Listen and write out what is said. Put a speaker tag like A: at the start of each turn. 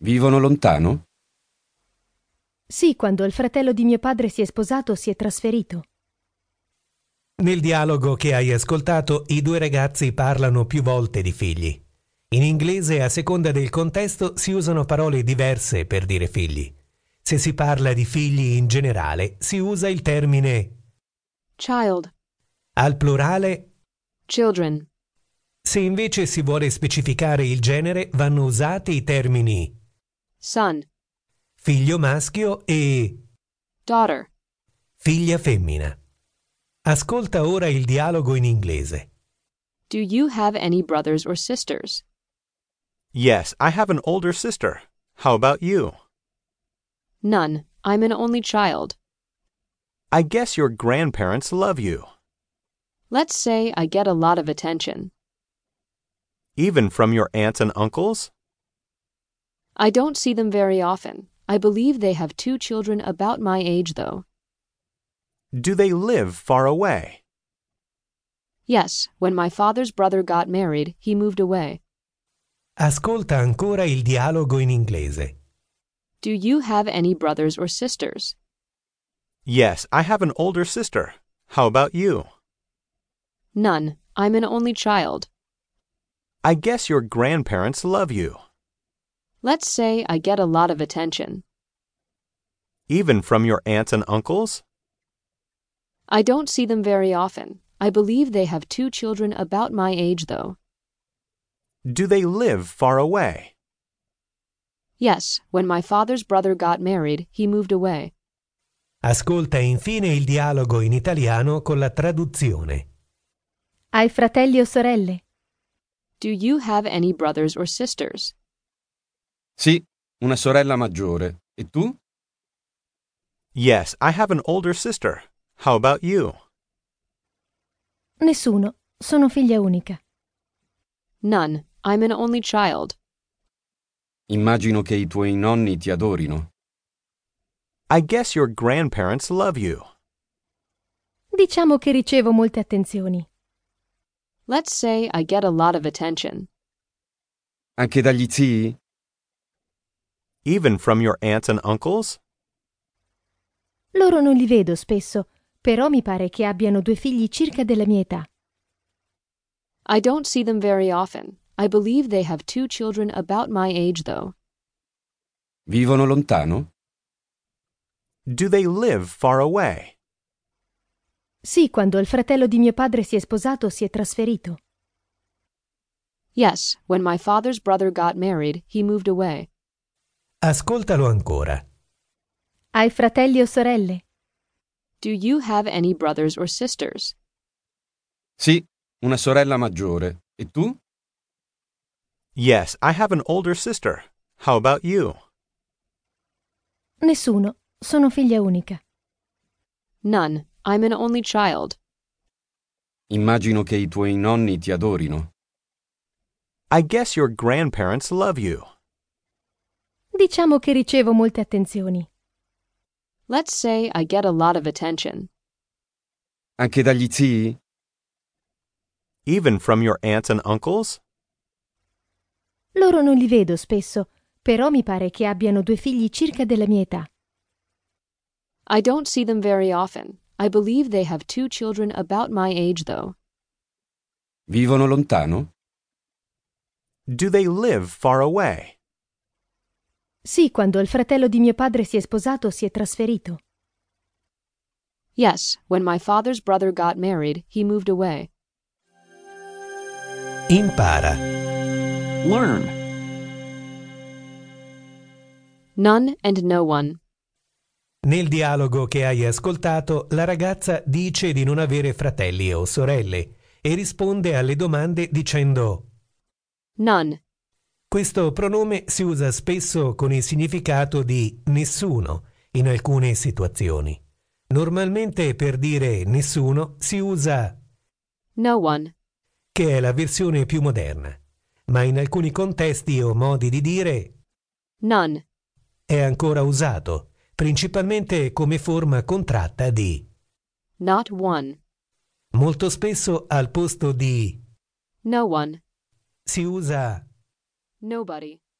A: Vivono lontano?
B: Sì, quando il fratello di mio padre si è sposato, si è trasferito.
C: Nel dialogo che hai ascoltato, i due ragazzi parlano più volte di figli. In inglese, a seconda del contesto, si usano parole diverse per dire figli. Se si parla di figli in generale, si usa il termine
D: child,
C: al plurale.
D: children,
C: Se invece si vuole specificare il genere, vanno usati i termini
D: son,
C: figlio maschio e
D: daughter.
C: figlia femmina. Ascolta ora il dialogo in inglese.
D: Do you have any brothers or sisters?
E: Yes, I have an older sister. How about you?
D: None. I'm an only child.
E: I guess your grandparents love you,
D: Let's say I get a lot of attention.
E: even from your aunts and uncles?
D: I don't see them very often. I believe they have two children about my age, though.
E: Do they live far away?
D: Yes, when my father's brother got married, he moved away.
C: Ascolta ancora il dialogo in inglese.
D: Do you have any brothers or sisters?
E: Yes, I have an older sister. How about you?
D: None. I'm an only child.
E: I guess your grandparents love you,
D: Let's say I get a lot of attention.
E: even from your aunts and uncles?
D: I don't see them very often. I believe they have two children about my age, though.
E: Do they live far away?
D: Yes, when my father's brother got married, he moved away.
C: Ascolta infine il dialogo in italiano con la traduzione.
B: Hai fratelli o sorelle?
D: Do you have any brothers or sisters?
A: Sì, una sorella maggiore. E tu?
E: Yes, I have an older sister. How about you?
B: Nessuno. Sono figlia unica.
D: None. I'm an only child.
A: Immagino che i tuoi nonni ti adorino.
E: I guess your grandparents love you,
B: Diciamo che ricevo molte attenzioni.
D: Let's say I get a lot of attention.
A: Anche dagli zii?
E: even from your aunts and uncles?
B: Loro non li vedo spesso, però mi pare che abbiano due figli circa della mia età.
D: I don't see them very often. I believe they have two children about my age, though.
A: Vivono lontano?
E: Do they live far away?
B: Sì, quando il fratello di mio padre si è sposato, si è trasferito.
D: Yes, when my father's brother got married, he moved away.
C: Ascoltalo ancora.
B: Hai fratelli o sorelle?
D: Do you have any brothers or sisters?
A: Sì, una sorella maggiore. E tu?
E: Yes, I have an older sister. How about you?
B: Nessuno. Sono figlia unica.
D: None. I'm an only child.
A: Immagino che i tuoi nonni ti adorino.
E: I guess your grandparents love you,
B: Diciamo che ricevo molte attenzioni.
D: Let's say I get a lot of attention.
A: Anche dagli zii?
E: even from your aunts and uncles?
B: Loro non li vedo spesso, però mi pare che abbiano due figli circa della mia età.
D: I don't see them very often. I believe they have two children about my age, though.
A: Vivono lontano?
E: Do they live far away?
B: Sì, quando il fratello di mio padre si è sposato, si è trasferito.
D: Yes, when my father's brother got married, he moved away.
C: Impara.
F: Learn.
D: None and no one.
C: Nel dialogo che hai ascoltato, la ragazza dice di non avere fratelli o sorelle e risponde alle domande dicendo
D: None.
C: questo pronome si usa spesso con il significato di nessuno in alcune situazioni. Normalmente per dire nessuno si usa
D: No one.
C: che è la versione più moderna, ma in alcuni contesti o modi di dire
D: None.
C: è ancora usato, principalmente come forma contratta di.
D: Not one.
C: Molto spesso al posto di
D: No one.
C: si usa
D: Nobody.